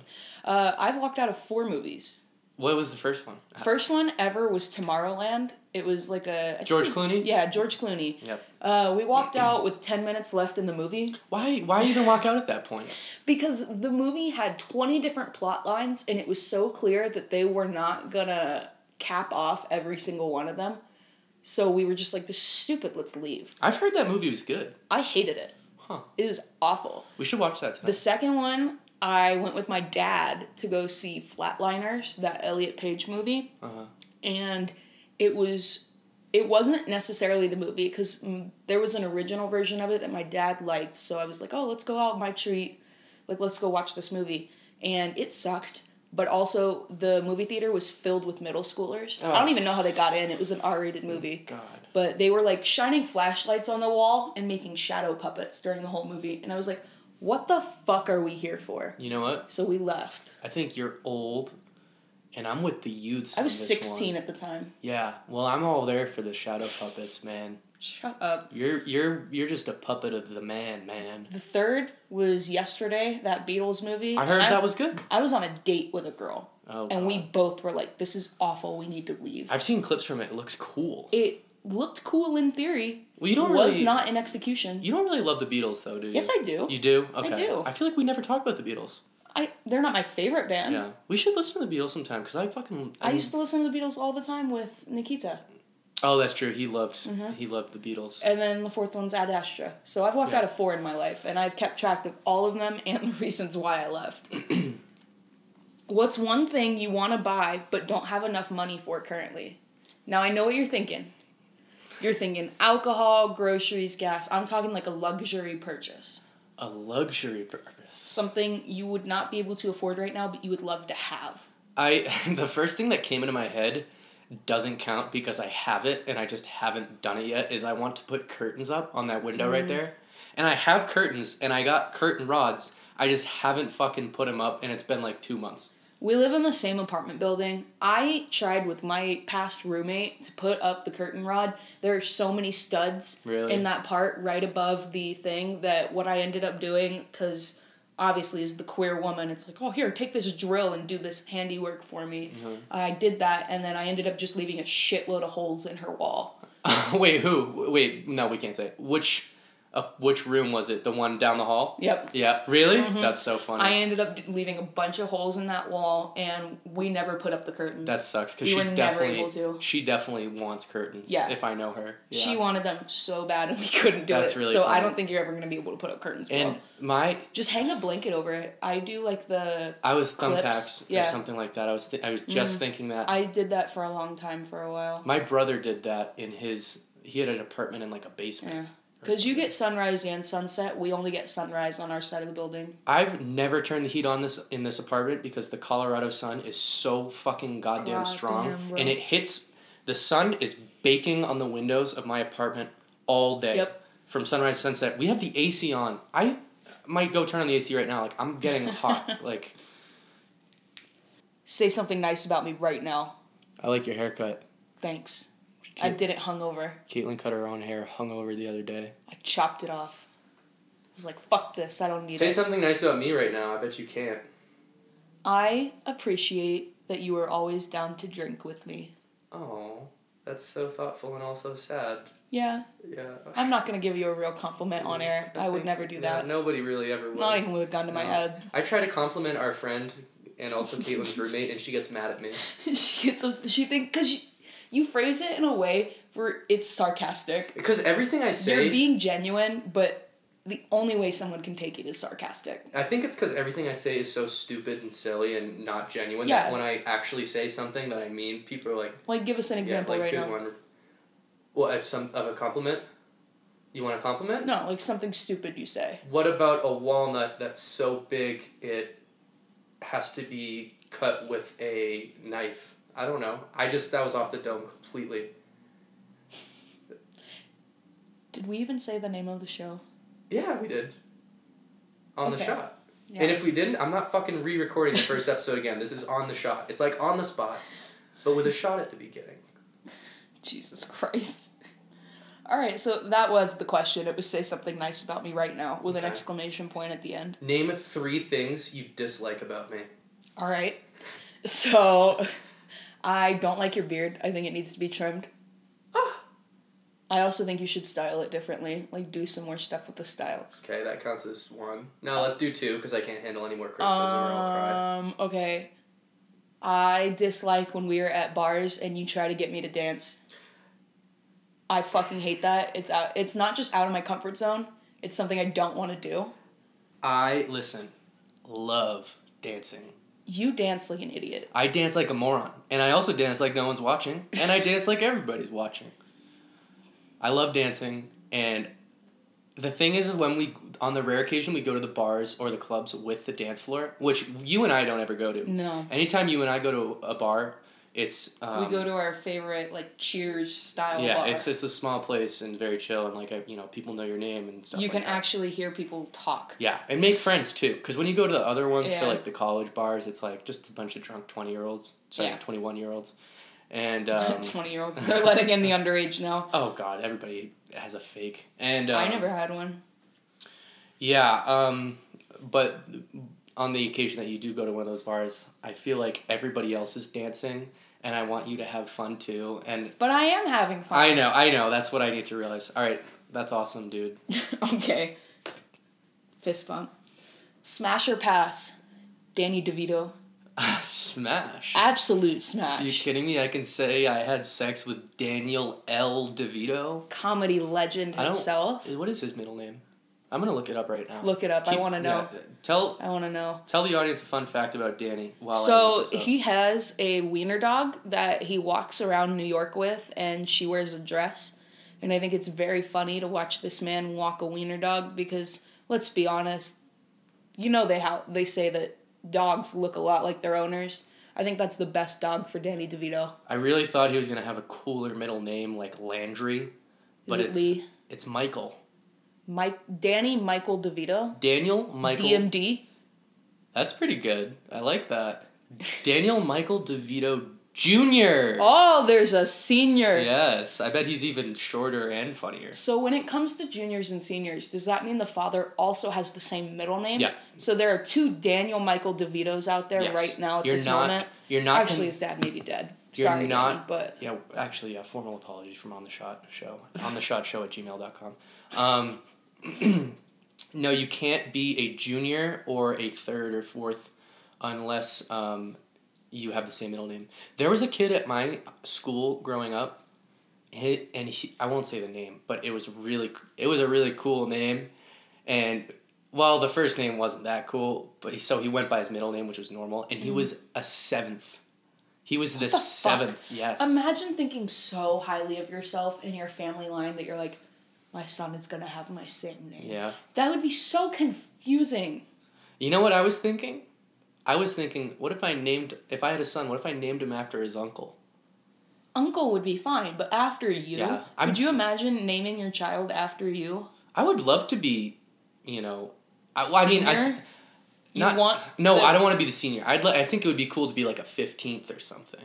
Uh, I've walked out of four movies.
What was the first one?
First one ever was Tomorrowland. It was like a I think it
George
was-
Clooney?
Yeah, George Clooney.
Yep.
Uh, we walked out with ten minutes left in the movie
Why? Why even walk out at that point?
because the movie had twenty different plot lines, and it was so clear that they were not gonna cap off every single one of them. So we were just like, "This is stupid. Let's leave."
I've heard that movie was good.
I hated it.
Huh?
It was awful.
We should watch that tonight.
The second one, I went with my dad to go see Flatliners, that Elliot Page movie,
Uh-huh.
and it was it wasn't necessarily the movie because there was an original version of it that my dad liked. So I was like, oh, let's go out my treat, like let's go watch this movie, and it sucked. But also, the movie theater was filled with middle schoolers. I
Oh.
don't even know how they got in. It was an R rated movie.
God.
But they were like shining flashlights on the wall and making shadow puppets during the whole movie. And I was like, what the fuck are we here for?
You know what?
So we left.
I think you're old, and I'm with the youths.
I
on
was
this
16
one.
at the time.
Yeah. Well, I'm all there for the shadow puppets, man.
Shut up.
You're you're you're just a puppet of the man, man.
The third was yesterday, that Beatles movie.
I heard
And
that was good.
I was on a date with a girl,
Oh.
and we
God.
both were like, "This is awful. We need to leave."
I've seen clips from it. It looks cool.
it looked cool in theory.
Well, you don't
was
really.
not in execution.
you don't really love the Beatles, though, do you?
yes, I do.
You do. Okay.
do.
I feel like we never talk about the Beatles.
I they're not my favorite band.
Yeah, we should listen to the Beatles sometime because I fucking.
I used to listen to the Beatles all the time with Nikita.
Oh, that's true. He loved
Mm-hmm.
he loved the Beatles.
And then the fourth one's Ad Astra. So I've walked
Yeah.
out of four in my life, and I've kept track of all of them and the reasons why I left. What's one thing you want to buy but don't have enough money for currently? Now I know what you're thinking. You're thinking alcohol, groceries, gas. I'm talking like a luxury purchase.
A luxury purpose.
Something you would not be able to afford right now, but you would love to have.
I the first thing that came into my head doesn't count because I have it and I just haven't done it yet. Is I want to put curtains up on that window
Mm.
right there, and I have curtains and I got curtain rods. I just haven't fucking put them up, and it's been like two months.
We live in the same apartment building. I tried with my past roommate to put up the curtain rod. There are so many studs
Really?
in that part right above the thing that what I ended up doing, because obviously is the queer woman. It's like, oh, here, take this drill and do this handiwork for me.
Mm-hmm.
I did that, and then I ended up just leaving a shitload of holes in her wall.
Wait, who? Wait, no, we can't say. it. Which, uh, which room was it? The one down the hall?
Yep.
Yeah, really? That's so funny.
Mm-hmm. I ended up leaving a bunch of holes in that wall, and we never put up the curtains.
that sucks because
we
she
were never
definitely
able to.
she definitely wants curtains.
Yeah.
If I know her. Yeah.
She wanted them so bad, and we couldn't do
That's
it.
really
so I
funny.
don't think you're ever gonna be able to put up curtains.
And
well.
my
just hang a blanket over it. I do like the.
I was
Clips,
thumbtacks
yeah. Mm.
or something like that. I was th- I was just thinking that.
I did that for a long time for a while.
my brother did that in his. He had an apartment in like a basement.
Yeah. Because you get sunrise and sunset. We only get sunrise on our side of the building.
I've never turned the heat on this in this apartment because the Colorado sun is so fucking goddamn
Goddamn,
strong,
bro.
and it hits. The sun is baking on the windows of my apartment all day.
Yep.
From sunrise to sunset, we have the AC on. I might go turn on the AC right now. Like I'm getting hot. like
Say something nice about me right now.
I like your haircut.
Thanks. I did it hungover.
Caitlin cut her own hair hungover the other day.
I chopped it off. I was like, fuck this. I don't need
Say
it.
something nice about me right now. I bet you can't.
I appreciate that you were always down to drink with me.
Oh, that's so thoughtful and also sad.
Yeah.
Yeah.
I'm not going to give you a real compliment on air. I would never do that.
nobody really ever would.
Not even with a gun to my
No.
head.
I try to compliment our friend and also Caitlin's roommate, and she gets mad at me.
she gets a she think because you, you phrase it in a way where it's sarcastic.
Because everything I say,
You're being genuine, but the only way someone can take it is sarcastic.
I think it's because everything I say is so stupid and silly and not genuine
Yeah.
that when I actually say something that I mean, people are like,
Like, give us an
yeah,
example
like,
right
good
now.
one. Well, if some of a compliment, you want a compliment?
No, like something stupid you say.
What about a walnut that's so big it has to be cut with a knife? I don't know. I just that was off the dome completely.
Did we even say the name of the show?
Yeah, we did. On the
Okay.
shot.
Yeah.
And if we didn't, I'm not fucking re-recording the first episode again. This is on the shot. It's like on the spot, but with a shot at the beginning.
Jesus Christ. All right, so that was the question. It was say something nice about me right now with an
Okay.
exclamation point at the end.
Name three things you dislike about me.
All right. So, I don't like your beard. I think it needs to be trimmed. Oh. I also think you should style it differently. Like, do some more stuff with the styles.
Okay, that counts as one. No, let's do two because I can't handle any more criticism or I'll cry.
Um, okay. I dislike when we are at bars and you try to get me to dance. I fucking hate that. It's out. It's not just out of my comfort zone. It's something I don't want to do.
I listen. Love dancing.
You dance like an idiot.
I dance like a moron, and I also dance like no one's watching, and I dance like everybody's watching. I love dancing, and the thing is, is when we on the rare occasion we go to the bars or the clubs with the dance floor, which you and I don't ever go to.
No.
Anytime you and I go to a bar, it's um,
we go to our favorite like Cheers style
yeah,
bar.
it's it's a small place and very chill, and like I, you know, people know your name and stuff.
you
like
can
that.
actually hear people talk.
Yeah, and make friends too. Because when you go to the other ones
Yeah.
for like the college bars, it's like just a bunch of drunk 20 year olds, sorry,
Yeah.
21 year olds. And, um,
Twenty year olds. They're letting in the underage now.
oh God, everybody has a fake. And, um,
I never had one.
Yeah, um, but on the occasion that you do go to one of those bars, I feel like everybody else is dancing and I want you to have fun too. And
But I am having fun.
I know, I know, that's what I need to realize. All right, that's awesome, dude.
okay. Fist bump. Smash or pass? Danny DeVito.
Smash.
Absolute
Are you
smash.
kidding me? I can say I had sex with Daniel L. DeVito.
Comedy legend
I don't-
himself.
What is his middle name? I'm gonna look it up right now.
Look it up. I wanna know.
yeah, tell
I want to know.
tell the audience a fun fact about Danny. While I uh,
So
look this up.
he has a wiener dog that he walks around New York with, and she wears a dress. And I think it's very funny to watch this man walk a wiener dog because let's be honest, you know they how they say that dogs look a lot like their owners. I think that's the best dog for Danny DeVito.
I really thought he was gonna have a cooler middle name like Landry, but
it
it's
Lee?
it's Michael
Mike Danny Michael DeVito,
Daniel Michael.
DMD.
That's pretty good. I like that. Daniel Michael DeVito Jr.
Oh, there's a senior.
Yes, I bet he's even shorter and funnier.
So when it comes to juniors and seniors, does that mean the father also has the same middle name?
Yeah.
So there are two Daniel Michael DeVitos out there
Yes.
right now at
You're
this
not-
moment.
you're not
Actually,
con-
his dad may be dead.
You're
Sorry,
not-
Danny, but
Yeah, actually, a formal apology from On the Shot Show. On the Shot Show at gmail.com. Um, no, you can't be a junior or a third or fourth unless um, you have the same middle name. There was a kid at my school growing up, he- and he, I won't say the name, but it was really it was a really cool name, and well, the first name wasn't that cool, but he, so he went by his middle name, which was normal, and he was a seventh. He was the,
fuck?
seventh. Yes.
imagine thinking so highly of yourself in your family line that you're like, my son is gonna have my same name.
Yeah.
That would be so confusing.
You know what I was thinking? I was thinking, what if I named if I had a son, what if I named him after his uncle?
Uncle would be fine, but after you,
Yeah, I'm-
would you imagine naming your child after you?
I would love to be, you know, I, well, I mean, I
Senior? You
not
want
no,
the-
I don't want to be the senior. I'd li- I think it would be cool to be like a fifteenth or something.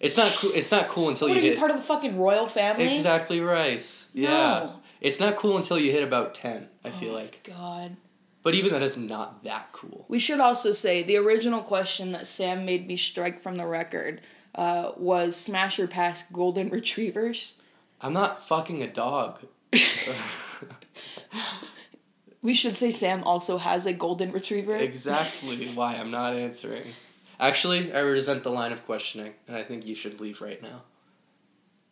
It's not cool. It's not cool until
What
you
are you
hit
part of the fucking royal family?
exactly rice. Yeah,
No. Oh.
it's not cool until you hit about ten. I feel like,
God.
but even then, it's not that cool.
We should also say the original question that Sam made me strike from the record uh, was smash or pass golden retrievers.
I'm not fucking a dog.
We should say Sam also has a golden retriever.
exactly why I'm not answering. Actually, I resent the line of questioning, and I think you should leave right now.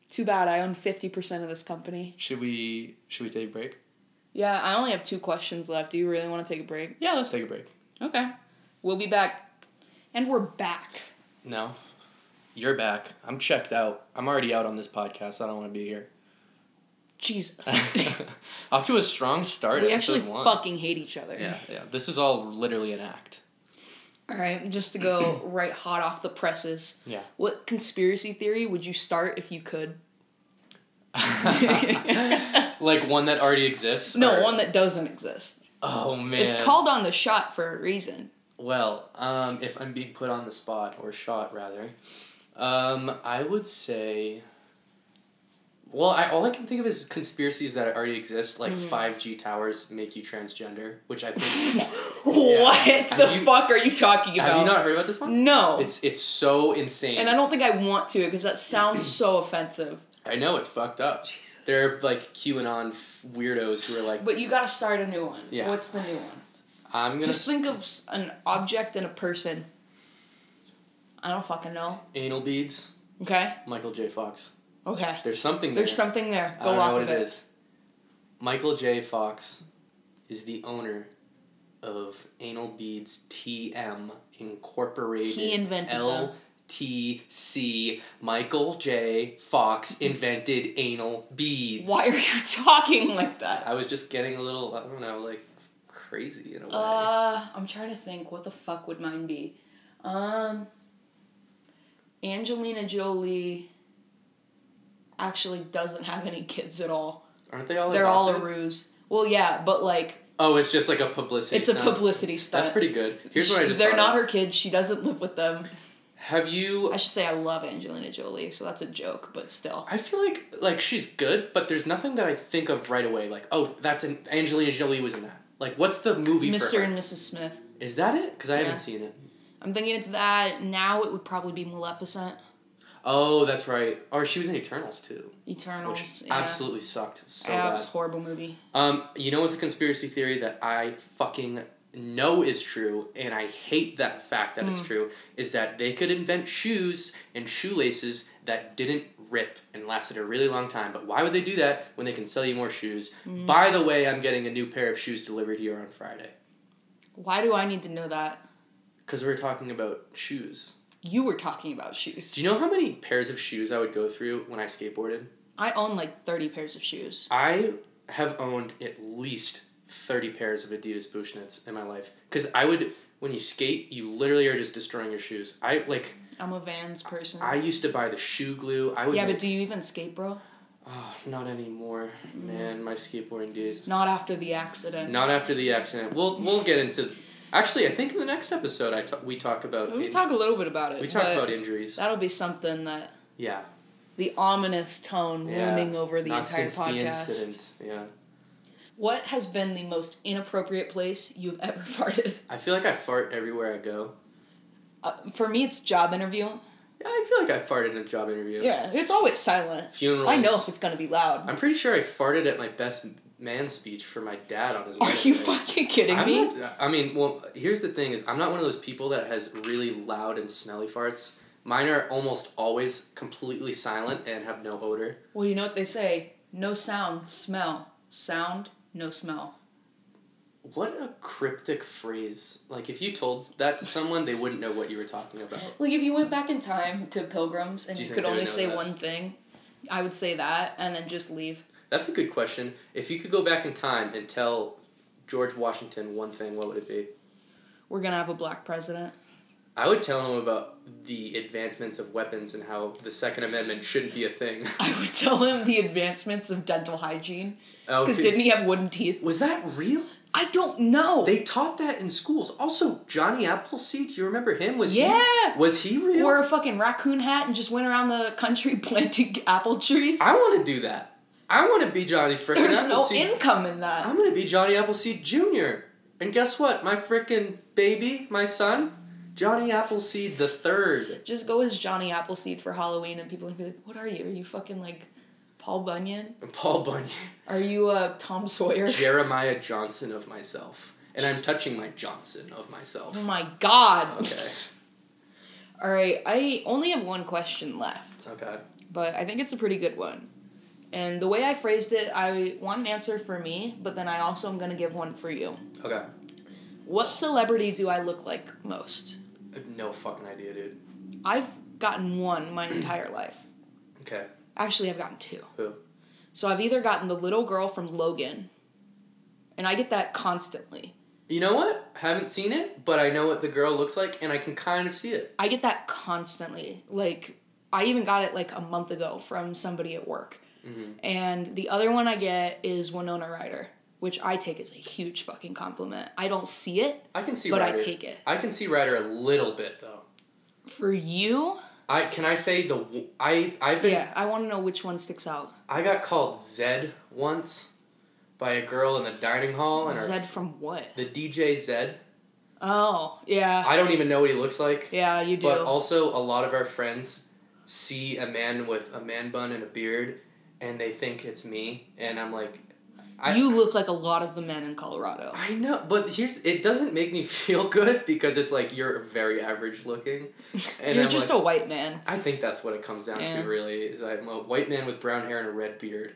Too bad I own 50% of this company.
Should we should we take a break?
Yeah, I only have two questions left. Do you really want to take a break?
Yeah, let's take a break.
Okay. We'll be back. And we're back.
No. You're back. I'm checked out. I'm already out on this podcast. I don't want to be here.
Jesus.
Off to a strong start.
we
episode
actually
one.
fucking hate each other.
Yeah, yeah. This is all literally an act.
All right, just to go right hot off the presses.
Yeah.
What conspiracy theory would you start if you could?
Like one that already exists.
No,
or-
one that doesn't exist.
Oh man.
It's called on the shot for a reason.
Well, um, if I'm being put on the spot or shot rather, um, I would say. Well, I all I can think of is conspiracies that already exist, like
Mm-hmm.
five G towers make you transgender, which I think.
What the
Have you-
fuck are you talking about?
have you not heard about this one?
no.
It's it's so insane.
and I don't think I want to because that sounds so offensive.
I know it's fucked up.
Jesus.
They're like QAnon f- weirdos who are like,
But you gotta start a new one.
Yeah.
What's the new one?
I'm gonna
Just think of s- an object and a person. I don't fucking know.
anal beads.
Okay?
Michael J. Fox.
Okay.
There's something.
There's
there.
something there.
I
Go
don't
off
know what
of
it is. Michael J. Fox is the owner of Anal Beads TM Incorporated.
He invented them.
LTC. Michael J. Fox invented anal beads.
Why are you talking like that?
I was just getting a little, I don't know, like crazy in a way.
Uh, I'm trying to think. What the fuck would mine be? Um, Angelina Jolie actually doesn't have any kids at all.
Aren't they all?
They're all a
adopted?
ruse. Well, yeah, but like
Oh, it's just like a publicity.
it's a
stunt.
publicity stunt.
That's pretty good. Here's what I
She-
just
They're
thought
not
of.
her kids. She doesn't live with them.
Have you?
I should say I love Angelina Jolie, so that's a joke, but still.
I feel like like she's good, but there's nothing that I think of right away. Like, oh, that's an Angelina Jolie was in that. Like, what's the movie for
Mr.
her?
and Mrs. Smith.
Is that it? Because I
Yeah.
haven't seen it.
I'm thinking it's that. Now it would probably be Maleficent,
Oh, that's right. Or she was in Eternals too,
Eternals.
which
yeah.
absolutely sucked so
yeah, it
bad.
was a horrible movie.
Um, you know what's a conspiracy theory that I fucking know is true, and I hate that fact that it's true, is that they could invent shoes and shoelaces that didn't rip and lasted a really long time. But why would they do that when they can sell you more shoes? By the way, I'm getting a new pair of shoes delivered here on Friday.
Why do I need to know that?
Because we were talking about shoes.
You were talking about shoes.
Do you know how many pairs of shoes I would go through when I skateboarded?
I own like 30 pairs of shoes.
I have owned at least 30 pairs of Adidas Bushnets in my life. Because I would, when you skate, you literally are just destroying your shoes. I, like,
I'm a Vans person.
I used to buy the shoe glue. I would
yeah, but
make-
do you Mm. even skate, bro?
oh, not anymore. Man, my skateboarding days.
Not after the accident.
Not after the accident. We'll, we'll get into Actually, I think in the next episode, I ta- we talk about
We
in-
talk a little bit about it.
we talk
but
about injuries.
that'll be something that
Yeah,
the ominous tone
yeah.
looming over the
Not
entire
since The
podcast.
incident. Yeah,
what has been the most inappropriate place you've ever farted?
I feel like I fart everywhere I go.
Uh, for me, it's job interview.
Yeah, I feel like I farted in a job interview.
Yeah, it's always silent.
Funerals.
I know if it's gonna be loud.
I'm pretty sure I farted at my best man speech for my dad on his.
Are
wedding
you
day.
fucking kidding
I'm
me?
not- I mean, well, here's the thing: is I'm not one of those people that has really loud and smelly farts. Mine are almost always completely silent and have no odor.
Well, you know what they say: no sound, smell. Sound, no smell.
What a cryptic phrase! Like if you told that to someone, they wouldn't know what you were talking about.
Like if you went back in time to pilgrims and
Do
you,
you
could
think they would
only
know
say
that?
one thing, I would say that and then just leave.
That's a good question. If you could go back in time and tell George Washington one thing, what would it be?
We're gonna have a black president.
I would tell him about the advancements of weapons and how the Second Amendment shouldn't be a thing.
I would tell him the advancements of dental hygiene
Oh,
because didn't he have wooden teeth?
was that real?
I don't know.
They taught that in schools. Also, Johnny Appleseed, you remember him? Was
Yeah.
He, was he real?
wore a fucking raccoon hat and just went around the country planting apple trees.
I want to do that. I want to be Johnny frickin'
There's no
Appleseed.
income in that.
I'm gonna be Johnny Appleseed Jr. And guess what? My frickin' baby, my son, Johnny Appleseed the third.
Just go as Johnny Appleseed for Halloween, and people would be like, "What are you? Are you fucking like Paul Bunyan?
Paul Bunyan,
Are you uh, Tom Sawyer?"
Jeremiah Johnson of myself, and I'm touching my Johnson of myself.
Oh my god.
Okay.
All right, I only have one question left,
Oh God.
but I think it's a pretty good one. And the way I phrased it, I want an answer for me, but then I also am going to give one for you.
Okay.
What celebrity do I look like most?
I have No fucking idea, dude.
I've gotten one my entire life.
Okay.
Actually, I've gotten two.
Who?
So I've either gotten the little girl from Logan, and I get that constantly.
You know what? Haven't seen it, but I know what the girl looks like, and I can kind of see it.
I get that constantly. Like I even got it like a month ago from somebody at work.
Mm-hmm.
And the other one I get is Winona Ryder, which I take as a huge fucking compliment. I don't see it,
I can see
but
Ryder.
I take it.
I can see Ryder a little bit though.
For you,
I can I say the w- I I've been
yeah, I want to know which one sticks out.
I got called Zed once by a girl in the dining hall and our,
Zed from what?
the DJ Zed.
Oh, yeah.
I don't even know what he looks like,
Yeah, you do.
but also a lot of our friends see a man with a man bun and a beard and they think it's me and I'm like I
you look like a lot of the men in Colorado.
I know, but here's it doesn't make me feel good because it's like you're very average looking. And
You're
I'm
just
like,
a white man.
I think that's what it comes down
Yeah.
to, really. Is I'm a white man with brown hair and a red beard.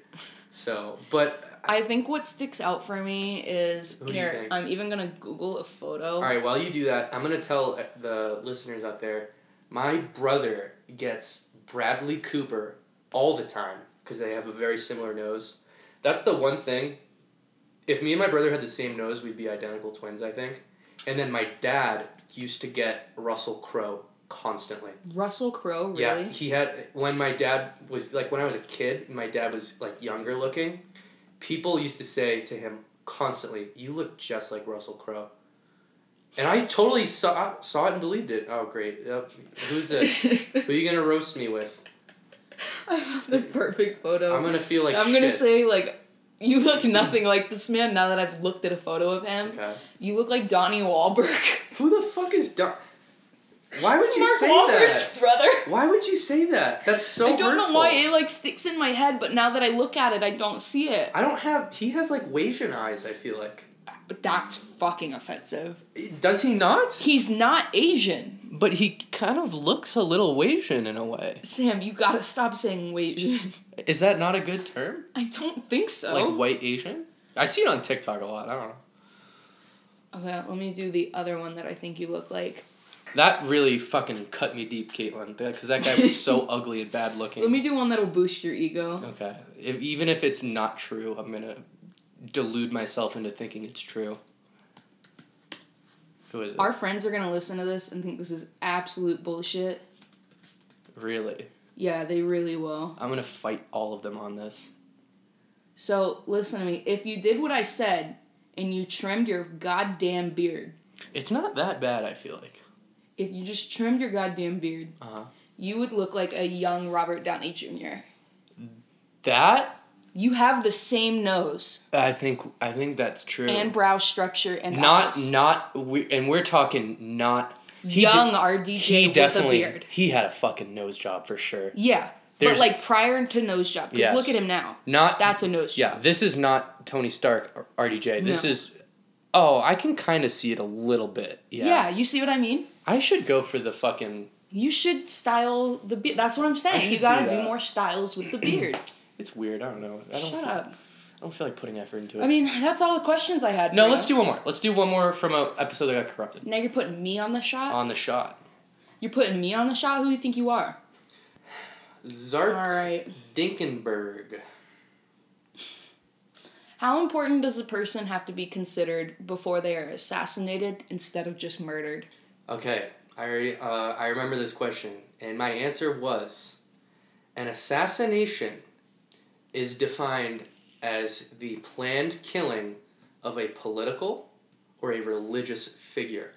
So, but
I think what sticks out for me is
Who do you
here.
think?
I'm even gonna Google a photo.
all right, while you do that, I'm gonna tell uh, the listeners out there, my brother gets Bradley Cooper all the time because they have a very similar nose. That's the one thing. If me and my brother had the same nose, we'd be identical twins, I think. And then my dad used to get Russell Crowe constantly.
Russell Crowe, Oh, really?
Yeah, he had when my dad was like when I was a kid, my dad was like younger looking. People used to say to him constantly, "You look just like Russell Crowe," and I totally saw saw it and believed it. Oh great, Yep. who's this? Who are you gonna roast me with?
I have the perfect photo.
I'm gonna feel like
Oh, I'm gonna
shit.
say like, you look nothing like this man. Now that I've looked at a photo of him,
Okay.
you look like Donnie Wahlberg.
Who the fuck is Don? Why would you
Mark
say
Wahlberg's
that?
brother.
Why would you say that? That's so.
I don't know
hurtful.
why it like sticks in my head, but now that I look at it, I don't see it.
I don't have. He has like Asian eyes. I feel like.
But that's fucking offensive.
Does he not?
He's not Asian.
But he kind of looks a little Asian in a way.
Sam, you gotta stop saying Asian.
Is that not a good term?
I don't think so.
Like white Asian? I see it on TikTok a lot. I don't know.
Okay, let me do the other one that I think you look like.
That really fucking cut me deep, Caitlin, because that guy was so ugly and bad looking.
Let me do one that'll boost your ego.
okay, if, even if it's not true, I'm gonna delude myself into thinking it's true. Who is it?
Our friends are gonna listen to this and think this is absolute bullshit.
really?
Yeah, they really will.
I'm gonna fight all of them on this.
So listen to me. If you did what I said and you trimmed your goddamn beard,
It's not that bad, I feel like.
If you just trimmed your goddamn beard,
Uh-huh.
you would look like a young Robert Downey Jr.
That
You have the same nose
I think I think that's true.
and brow structure and
not
eyes.
not we and we're talking not he
young
did-
RDJ
he
with
definitely
a beard.
he had a fucking nose job for sure.
Yeah,
There's-
but like prior to nose job, because
Yes.
look at him now.
Not
That's a nose job.
yeah. This is not Tony Stark or RDJ. This
No.
is oh I can kind of see it a little bit. Yeah.
Yeah, you see what I mean?
I should go for the fucking.
You should style the beard. That's what I'm saying.
should
You gotta
do
do
that.
more styles with the beard.
It's weird. I don't know. I don't
Shut
feel,
up.
I don't feel like putting effort into it.
I mean, that's all the questions I had.
no.
for
Let's
you.
do one more. Let's do one more from a episode that got corrupted
Now you're putting me on the shot.
on the shot.
you're putting me on the shot. Who do you think you are?
Zark
All right.
Dinkenberg.
How important does a person have to be considered before they are assassinated instead of just murdered?
Okay, I uh, I remember this question, and my answer was, an assassination is defined as the planned killing of a political or a religious figure.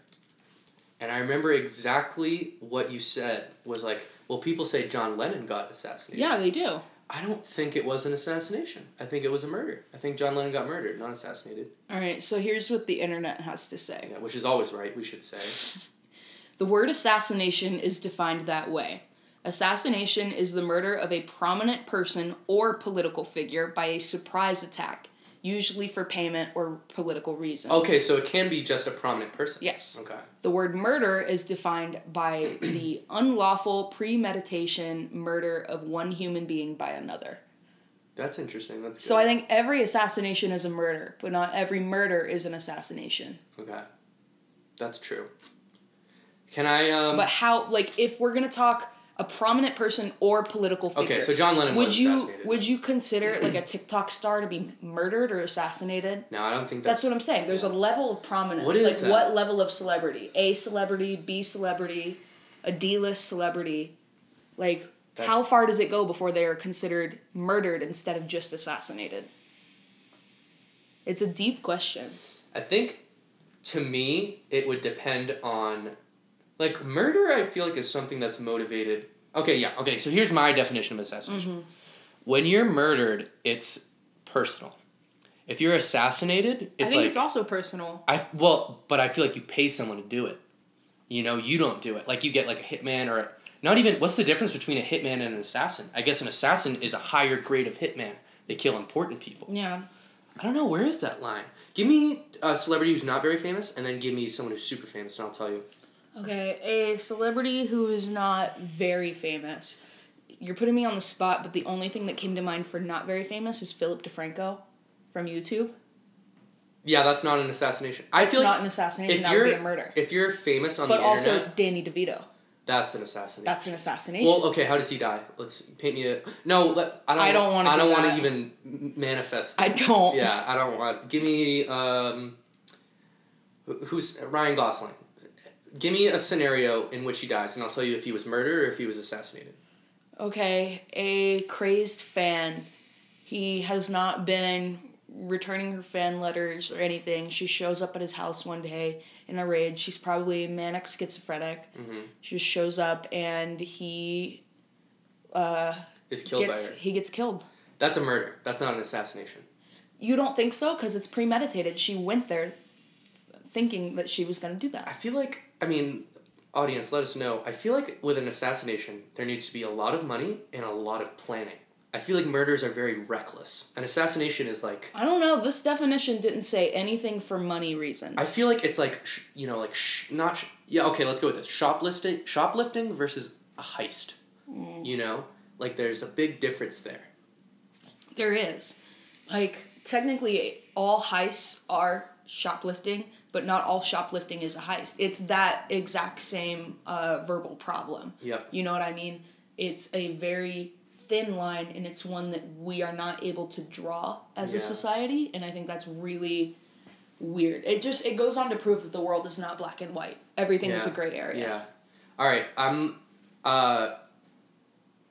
And I remember exactly what you said was like, well, people say John Lennon got assassinated.
Yeah, they do.
I don't think it was an assassination. I think it was a murder. I think John Lennon got murdered, not assassinated.
All right, so here's what the internet has to say.
Yeah, which is always right, we should say.
The word assassination is defined that way. Assassination is the murder of a prominent person or political figure by a surprise attack, usually for payment or political reasons.
Okay, so it can be just a prominent person.
Yes.
Okay.
The word murder is defined by the unlawful premeditation murder of one human being by another.
That's interesting. That's good.
So I think every assassination is a murder, but not every murder is an assassination.
okay, that's true. Can I? Um,
But how, like, if we're gonna talk a prominent person or political figure,
okay, so John Lennon
would
was
you
assassinated.
would you consider like a TikTok star to be murdered or assassinated?
no, I don't think that's.
That's what I'm saying. There's a level of prominence.
What is
like
that?
what level of celebrity? A celebrity, B celebrity, a D list celebrity. Like how
That's-
far does it go before they are considered murdered instead of just assassinated? It's a deep question.
I think, to me, it would depend on, like murder. I feel like is something that's motivated. Okay, yeah. Okay, so here's my definition of assassination.
Mm-hmm.
When you're murdered, it's personal. If you're assassinated,
I
it's
think
like
it's also personal.
I well, but I feel like you pay someone to do it. You know, you don't do it. Like you get like a hitman or a, not even. What's the difference between a hitman and an assassin? I guess an assassin is a higher grade of hitman. They kill important people.
Yeah.
I don't know where is that line. Give me a celebrity who's not very famous, and then give me someone who's super famous, and I'll tell you.
Okay, a celebrity who is not very famous. You're putting me on the spot, but the only thing that came to mind for not very famous is Philip DeFranco from YouTube.
Yeah, that's not an assassination. I
It's
feel
not
like
an assassination,
if
that would
you're
be a murder.
if you're famous on
But
the
also
internet,
Danny DeVito.
that's an assassination.
That's an assassination.
well, okay. How does he die? Let's paint me a no. Let, I don't.
I don't wanna
I
do
don't want to
that.
even m- manifest.
I don't.
Yeah, I don't want. Give me um, wh- who's Ryan Gosling? Give me a scenario in which he dies, and I'll tell you if he was murdered or if he was assassinated.
Okay, a crazed fan. He has not been returning her fan letters or anything. She shows up at his house one day in a rage. She's probably manic schizophrenic.
Mm-hmm.
She just shows up and he uh,
Is killed
gets
by her.
he gets killed.
That's a murder. That's not an assassination.
You don't think so? Because it's premeditated. She went there thinking that she was going to do
I
that.
feel like I mean, audience, let us know. I feel like with an assassination, there needs to be a lot of money and a lot of planning. I feel like murders are very reckless. An assassination is like
I don't know. This definition didn't say anything for money reasons.
I feel like it's like sh- you know like sh- not sh- yeah okay let's go with this shoplifting shoplifting versus a heist,
Mm.
you know like there's a big difference there.
There is. Like, technically, all heists are shoplifting, but not all shoplifting is a heist. It's that exact same uh, verbal problem.
Yep.
You know what I mean? It's a very thin line, and it's one that we are not able to draw as
Yeah.
a society, and I think that's really weird. It just it goes on to prove that the world is not black and white. Everything is a
Yeah.
gray area.
Yeah. All right. I'm. Uh,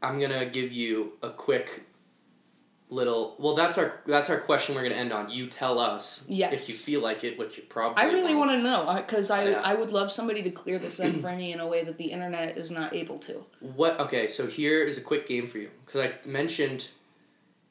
I'm gonna give you a quick little. Well, that's our that's our question. We're gonna end on. You tell us if
Yes.
you feel like it, which you probably.
I really want
won't.
to know because I
Yeah.
I would love somebody to clear this up for me in a way that the internet is not able to.
What? Okay, so here is a quick game for you because I mentioned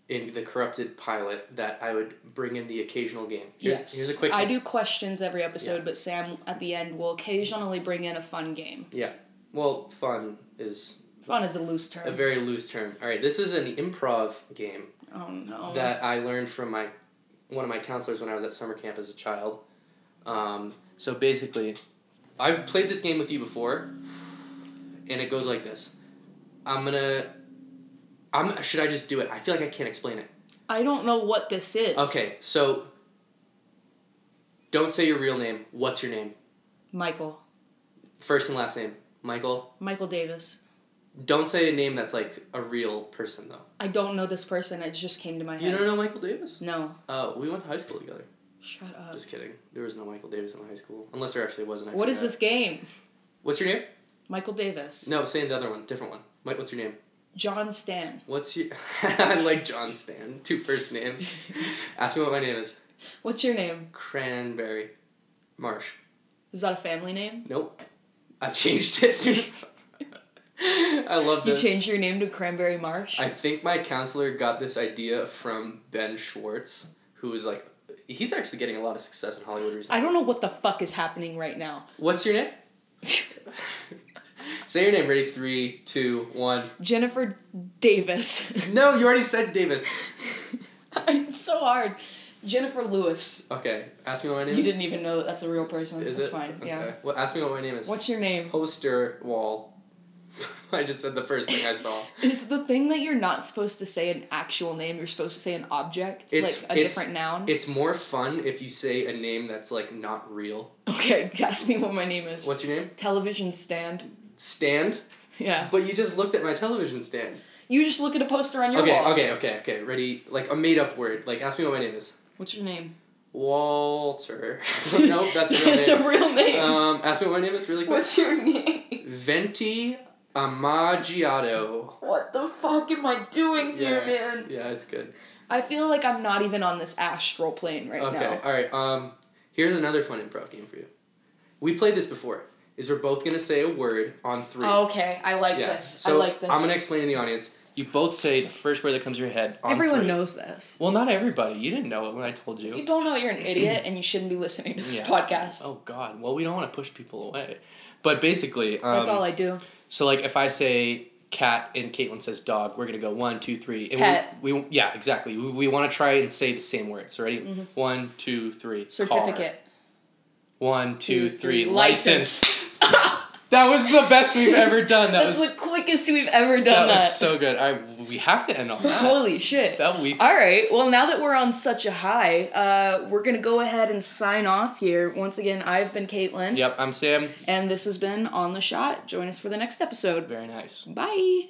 in the corrupted pilot that I would bring in the occasional game. Here's,
yes,
Here's a quick.
I do questions every episode, but Sam at the end will occasionally bring in a fun game.
Yeah. Well, fun is
Fun is a loose term.
a very loose term. All right, this is an improv game
oh no.
that I learned from my one of my counselors when I was at summer camp as a child. Um, so basically, I played this game with you before, and it goes like this: I'm gonna, I'm should I just do it? I feel like I can't explain it.
I don't know what this is.
Okay, so don't say your real name. What's your name?
Michael.
First and last name, Michael.
Michael Davis.
Don't say a name that's like a real person though.
I don't know this person. It just came to my
You
head.
don't know Michael Davis?
no.
Uh, we went to high school together.
Shut up.
Just kidding. There was no Michael Davis in my high school, unless there actually was. And I
What is
forgot.
this game?
What's your name?
Michael Davis.
No, say another one, different one. Mike, what's your name?
John Stan.
What's your? I like John Stan. Two first names. Ask me what my name is.
What's your name?
Cranberry, Marsh.
Is that a family name?
Nope. I changed it. I love
You
this.
changed your name to Cranberry Marsh?
I think my counselor got this idea from Ben Schwartz, who is like, he's actually getting a lot of success in Hollywood recently.
I don't know what the fuck is happening right now.
What's your name? Say your name. Ready? Three, two, one.
Jennifer Davis.
No, you already said Davis.
it's so hard. Jennifer Lewis.
Okay, ask me what my name
You
is.
didn't even know that that's a real person.
Is
that's
it?
fine.
Okay.
Yeah.
Well, ask me what my name is.
What's your name?
Poster wall. I just said the first thing I saw.
Is the thing that you're not supposed to say an actual name, you're supposed to say an object?
It's-
like a
it's-
different noun?
It's more fun if you say a name that's like not real.
okay, ask me what my name is.
What's your name?
Television stand.
Stand.
Yeah.
But you just looked at my television stand.
You just look at a poster on your
okay,
wall.
okay, okay, okay. Ready? Like a made up word. Like ask me what my name is.
What's your name?
Walter. nope, that's a real
That's
name.
a real name.
Um, ask me what my name is really quick.
What's your name?
Venti Amagiato.
What the fuck am I doing here, man?
Yeah, it's good.
I feel like I'm not even on this astral plane right
Okay,
now.
all right. Um, here's another fun improv game for you. We played this before. Is we're both gonna say a word on three.
Okay, Oh, I like
yeah.
this.
So
I like this.
I'm gonna explain to the audience. You both say the first word that comes to your head. On
Everyone
three.
knows this.
Well, not everybody. You didn't know it when I told
You
you.
don't know you're an idiot and you shouldn't be listening to this
Yeah.
podcast.
Oh God. Well, we don't want to push people away. But basically, um,
That's all I do.
So like if I say cat and Caitlin says dog, we're gonna go one, two, three, and
Pet.
We, we yeah exactly. We, we want to try and say the same words. So ready? One, two, three. car.
Mm-hmm. Certificate.
One,
Two,
two, three.
three,
License. that was the best we've ever done. That
That's
was
the quickest we've ever
that
done that.
was so good. I we have to end on that.
Holy shit.
that we
All right. Well, now that we're on such a high, uh, we're gonna go ahead and sign off here. Once again, I've been Caitlin,
Yep, I'm Sam.
and this has been on the shot. Join us for the next episode.
Very nice.
Bye.